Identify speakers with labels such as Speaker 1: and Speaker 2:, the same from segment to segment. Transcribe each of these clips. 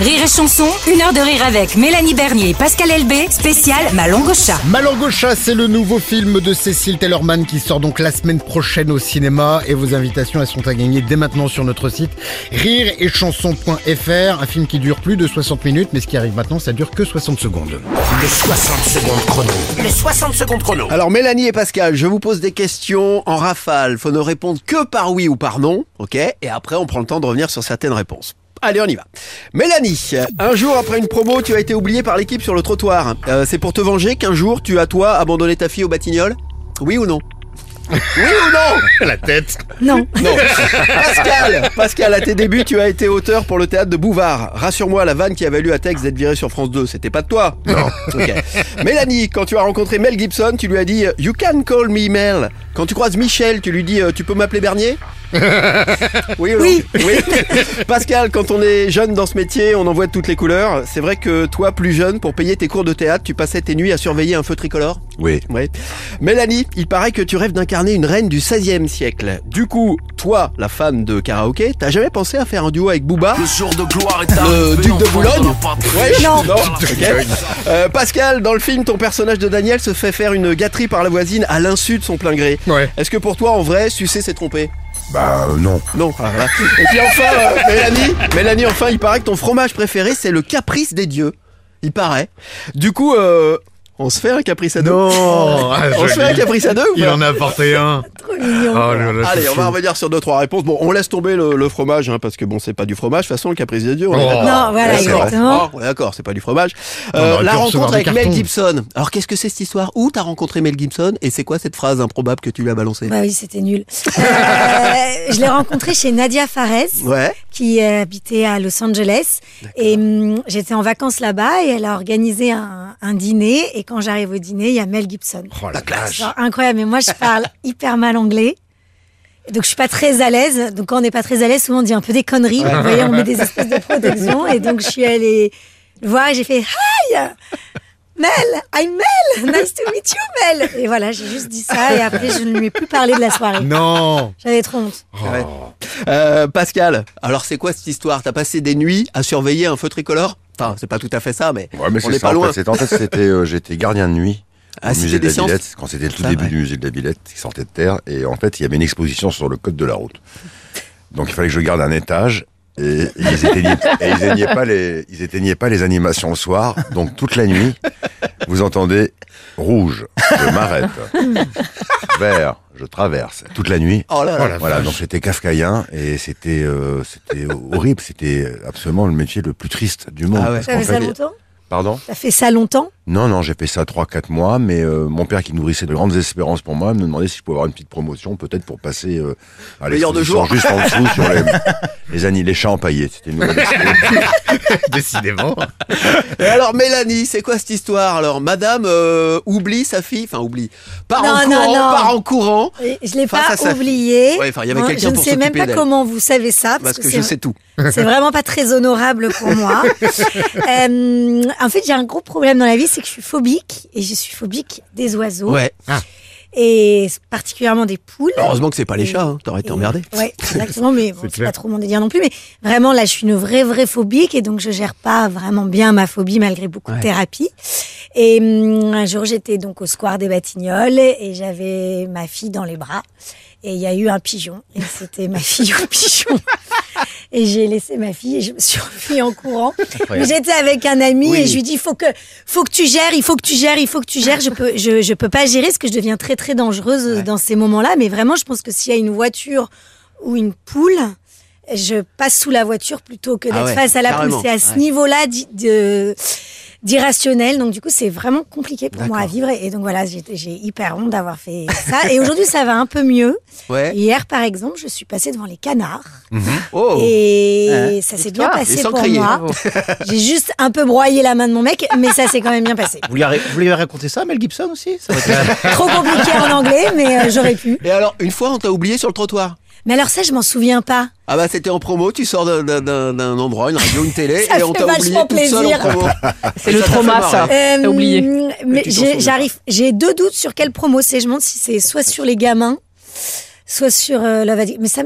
Speaker 1: Rire et chanson, une heure de rire avec Mélanie Bernier et Pascal Elbé, spécial Ma langue au chat.
Speaker 2: Malangocha, c'est le nouveau film de Cécile Tellerman qui sort donc la semaine prochaine au cinéma et vos invitations elles sont à gagner dès maintenant sur notre site rire et chanson.fr, un film qui dure plus de 60 minutes mais ce qui arrive maintenant ça dure que 60 secondes.
Speaker 3: Le 60 secondes chrono. Le 60 secondes chrono.
Speaker 4: Alors Mélanie et Pascal, je vous pose des questions en rafale. Faut ne répondre que par oui ou par non, ok Et après, on prend le temps de revenir sur certaines réponses. Allez, on y va. Mélanie, un jour après une promo, tu as été oubliée par l'équipe sur le trottoir. Euh, C'est pour te venger qu'un jour, tu as toi abandonné ta fille au Batignolles Oui ou non Oui ou non
Speaker 2: La tête
Speaker 1: Non.
Speaker 4: non. Pascal, Pascal, à tes débuts, tu as été auteur pour le théâtre de Bouvard. Rassure-moi, la vanne qui a valu à Tex d'être viré sur France 2, c'était pas de toi. Non. Mélanie, quand tu as rencontré Mel Gibson, tu lui as dit You can call me Mel. Quand tu croises Michel, tu lui dis euh, Tu peux m'appeler Bernier Oui ou non
Speaker 1: Oui.
Speaker 4: Pascal, quand on est jeune dans ce métier, on en voit de toutes les couleurs. C'est vrai que toi, plus jeune, pour payer tes cours de théâtre, tu passais tes nuits à surveiller un feu tricolore
Speaker 5: Oui.
Speaker 4: Ouais. Mélanie, il paraît que tu rêves d'incarner une reine du 16e siècle. Du coup, toi, la fan de karaoké, t'as jamais pensé à faire un duo avec Booba
Speaker 6: Le jour de gloire est
Speaker 4: Le
Speaker 2: Ah,
Speaker 6: arrivé,
Speaker 4: duc de
Speaker 6: enfin,
Speaker 4: Boulogne
Speaker 6: on en parle.
Speaker 4: Ouais,
Speaker 1: Non.
Speaker 4: ok. Euh, Pascal, dans le film, ton personnage de Daniel se fait faire une gâterie par la voisine à l'insu de son plein gré.
Speaker 2: Ouais.
Speaker 4: Est-ce que pour toi, en vrai, sucer s'est trompé
Speaker 5: Bah euh, non.
Speaker 4: Non. Ah, voilà. Et puis enfin, euh, Mélanie, Mélanie, enfin, il paraît que ton fromage préféré, c'est le caprice des dieux. Il paraît. Du coup, euh, on se fait un caprice à deux
Speaker 2: Non Ah,
Speaker 4: On se fait un
Speaker 2: joli.
Speaker 4: caprice à deux ou
Speaker 2: Il
Speaker 4: pas
Speaker 2: en a apporté un
Speaker 4: Ah,
Speaker 2: Oh là là,
Speaker 4: Allez,
Speaker 2: c'est
Speaker 4: on va
Speaker 2: chou.
Speaker 4: revenir sur deux trois réponses. Bon, on laisse tomber le, le fromage hein, parce que bon, c'est pas du fromage. De toute façon, le caprice des dieux. On est
Speaker 2: Oh.
Speaker 4: d'accord.
Speaker 1: Non, voilà,
Speaker 4: Ouais, ah, c'est vrai.
Speaker 1: exactement.
Speaker 4: Oh, on est d'accord, c'est pas du fromage.
Speaker 2: On
Speaker 4: Euh,
Speaker 2: aurait
Speaker 4: la
Speaker 2: pu recevoir
Speaker 4: rencontre
Speaker 2: des
Speaker 4: avec Mel
Speaker 2: cartons.
Speaker 4: Gibson. Alors, qu'est-ce que c'est cette histoire Où t'as rencontré Mel Gibson et c'est quoi cette phrase improbable que tu lui as balancée
Speaker 1: Bah oui, c'était nul. Euh, je l'ai rencontré chez Nadia Fares,
Speaker 4: Ouais.
Speaker 1: qui euh, habitait à Los Angeles. Et hum, j'étais en vacances là-bas et elle a organisé un, un dîner. Et quand j'arrive au dîner, il y a Mel Gibson.
Speaker 2: Oh la classe
Speaker 1: Genre, incroyable. Mais moi, je parle hyper mal anglais. Donc, je suis pas très à l'aise. Donc, quand on n'est pas très à l'aise, souvent, on dit un peu des conneries. Vous voyez, on met des espèces de protections. Et donc, je suis allée le voir et j'ai fait Hi! Mel! I'm Mel! Nice to meet you, Mel! Et voilà, j'ai juste dit ça. Et après, je ne lui ai plus parlé de la soirée.
Speaker 2: Non Oh,
Speaker 1: J'avais trop honte.
Speaker 4: Ouais. Euh, Pascal. Alors, c'est quoi cette histoire T'as passé des nuits à surveiller un feu tricolore Enfin, c'est pas tout à fait ça, mais,
Speaker 5: Ouais, mais
Speaker 4: on
Speaker 5: c'est
Speaker 4: n'est
Speaker 5: ça.
Speaker 4: pas
Speaker 5: en
Speaker 4: loin.
Speaker 5: fait. C'est- En fait, c'était, euh, j'étais gardien de nuit.
Speaker 4: Ah,
Speaker 5: au
Speaker 4: c'était
Speaker 5: musée de
Speaker 4: des
Speaker 5: la
Speaker 4: séances
Speaker 5: Villette, quand c'était le tout
Speaker 4: Ça,
Speaker 5: début
Speaker 4: ouais.
Speaker 5: du musée de la Villette, qui sortait de terre, et en fait, il y avait une exposition sur le code de la route. Donc, il fallait que je garde un étage, et ils éteignaient, et ils éteignaient pas les, ils éteignaient pas les animations le soir, donc toute la nuit, vous entendez rouge, je m'arrête, vert, je traverse, toute la nuit.
Speaker 4: Oh là là.
Speaker 5: Voilà, donc c'était kafkaïen et c'était euh, c'était horrible, c'était absolument le métier le plus triste du monde.
Speaker 4: Ah ouais.
Speaker 5: parce
Speaker 1: T'as
Speaker 5: qu'en
Speaker 1: fait ça
Speaker 5: fait-
Speaker 1: longtemps?
Speaker 5: Pardon
Speaker 1: T'as fait ça longtemps?
Speaker 5: Non, non, j'ai fait ça 3-4 mois, mais euh, mon père qui nourrissait de grandes espérances pour moi me demandait si je pouvais avoir une petite promotion, peut-être pour passer euh, à
Speaker 4: Meilleur de
Speaker 5: l'exposition
Speaker 4: jour.
Speaker 5: juste en dessous sur les, les, ani- les chats empaillés. C'était une nouvelle expo.
Speaker 2: Décidément
Speaker 4: Et alors Mélanie, c'est quoi cette histoire Alors Madame euh, oublie sa fille, enfin oublie, part en
Speaker 1: Non, non,
Speaker 4: courant,
Speaker 1: non.
Speaker 4: part en courant.
Speaker 1: Et Je l'ai
Speaker 4: Face
Speaker 1: pas
Speaker 4: à sa fille.
Speaker 1: oublié.
Speaker 4: Ouais, enfin, il y avait
Speaker 1: Moi,
Speaker 4: quelqu'un
Speaker 1: je ne
Speaker 4: pour
Speaker 1: sais même
Speaker 4: s'occuper
Speaker 1: pas
Speaker 4: d'elle.
Speaker 1: comment vous savez ça.
Speaker 4: Parce que
Speaker 1: c'est
Speaker 4: je sais tout.
Speaker 1: C'est vraiment pas très honorable pour moi. Euh, en fait, j'ai un gros problème dans la vie, c'est que je suis phobique et je suis phobique des oiseaux
Speaker 4: Ouais.
Speaker 1: et particulièrement des poules.
Speaker 4: Heureusement que c'est pas les chats, hein. t'aurais été
Speaker 1: Et-
Speaker 4: emmerdé.
Speaker 1: Ouais, exactement, mais bon, c'est
Speaker 2: clair.
Speaker 1: pas trop mon délire non plus. Mais vraiment, là, je suis une vraie, vraie phobique et donc je gère pas vraiment bien ma phobie malgré beaucoup de
Speaker 4: Ouais.
Speaker 1: thérapie. Et hum, un jour, j'étais donc au square des Batignolles et j'avais ma fille dans les bras et il y a eu un pigeon et c'était ma fille au pigeon. Et j'ai laissé ma fille et je me suis enfuie en courant. Mais j'étais avec un ami
Speaker 4: Oui.
Speaker 1: et je lui dis faut que faut que tu gères, il faut que tu gères, il faut que tu gères. Je peux je je peux pas gérer parce que je deviens très très dangereuse dans ces moments-là. Mais vraiment, je pense que s'il y a une voiture ou une poule, je passe sous la voiture plutôt que
Speaker 4: Ah
Speaker 1: d'être
Speaker 4: ouais,
Speaker 1: face à la poule.
Speaker 4: carrément,
Speaker 1: C'est à ce
Speaker 4: ouais.
Speaker 1: niveau-là d'i- de- d'irrationnel. Donc du coup, c'est vraiment compliqué pour moi à
Speaker 4: D'accord.
Speaker 1: vivre. Et donc voilà, j'ai j'ai hyper honte d'avoir fait ça. Et aujourd'hui, ça va un peu mieux.
Speaker 4: Ouais.
Speaker 1: Hier, par exemple, je suis passée devant les canards.
Speaker 4: Oh.
Speaker 1: Et
Speaker 4: Ouais.
Speaker 1: ça s'est bien
Speaker 4: Ah, et
Speaker 1: passé
Speaker 4: sans
Speaker 1: pour
Speaker 4: crier.
Speaker 1: moi. J'ai juste un peu broyé la main de mon mec, mais ça s'est quand même bien passé.
Speaker 7: Vous lui, avez- vous lui avez raconté ça, Mel Gibson aussi Ça aurait été-
Speaker 1: Trop compliqué en anglais, mais euh, j'aurais pu.
Speaker 4: Et alors une fois on t'a oublié sur le trottoir.
Speaker 1: Mais alors ça, je m'en souviens pas.
Speaker 4: Ah bah c'était en promo, tu sors d'un- d'un- d'un d'un endroit, une radio, une télé,
Speaker 1: Ça
Speaker 4: et on
Speaker 1: fait
Speaker 4: t'a oublié
Speaker 1: vachement
Speaker 4: toute seule en
Speaker 1: plaisir.
Speaker 4: promo.
Speaker 6: C'est le
Speaker 4: Ça t'a
Speaker 6: trauma,
Speaker 4: fait marrer.
Speaker 6: ça. T'as oublié.
Speaker 1: Euh, Mais
Speaker 4: tu t'en souviens
Speaker 1: j'ai- j'arrive. J'ai deux doutes sur quel promo c'est. Je me demande si c'est soit sur les gamins, soit sur euh, Love Addict. Mais ça.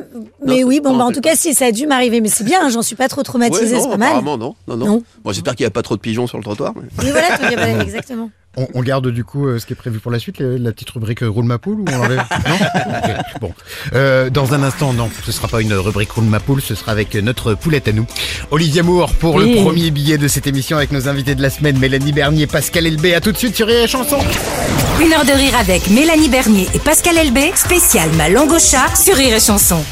Speaker 1: Mais
Speaker 4: c'est-
Speaker 1: oui, bon,
Speaker 4: non,
Speaker 1: bah, en
Speaker 4: c'est
Speaker 1: tout cas, si ça a dû m'arriver, mais c'est bien. hein, J'en suis pas trop
Speaker 4: Ouais,
Speaker 1: traumatisée,
Speaker 4: non,
Speaker 1: c'est pas mal.
Speaker 4: apparemment, non. Non, non.
Speaker 1: Non.
Speaker 4: Bon, j'espère qu'il n'y a pas trop de pigeons sur le trottoir. mais-
Speaker 1: Oui, voilà, tu vois, voilà, exactement.
Speaker 2: On, on garde du coup euh, ce qui est prévu pour la suite, le- la petite rubrique euh, Roule ma poule ou on l'enlève Non Ok, Bon. Euh, dans un instant, non, ce sera pas une rubrique Roule ma poule, ce sera avec euh, notre poulette à nous. Olivier Moore pour le
Speaker 6: Oui.
Speaker 2: premier billet de cette émission avec nos invités de la semaine, Mélanie Bernier, Pascal Elbé. À tout de suite sur Rire et Chanson.
Speaker 8: Une heure de rire avec Mélanie Bernier et Pascal Elbé, spécial ma langue au chat sur Rire et Chanson.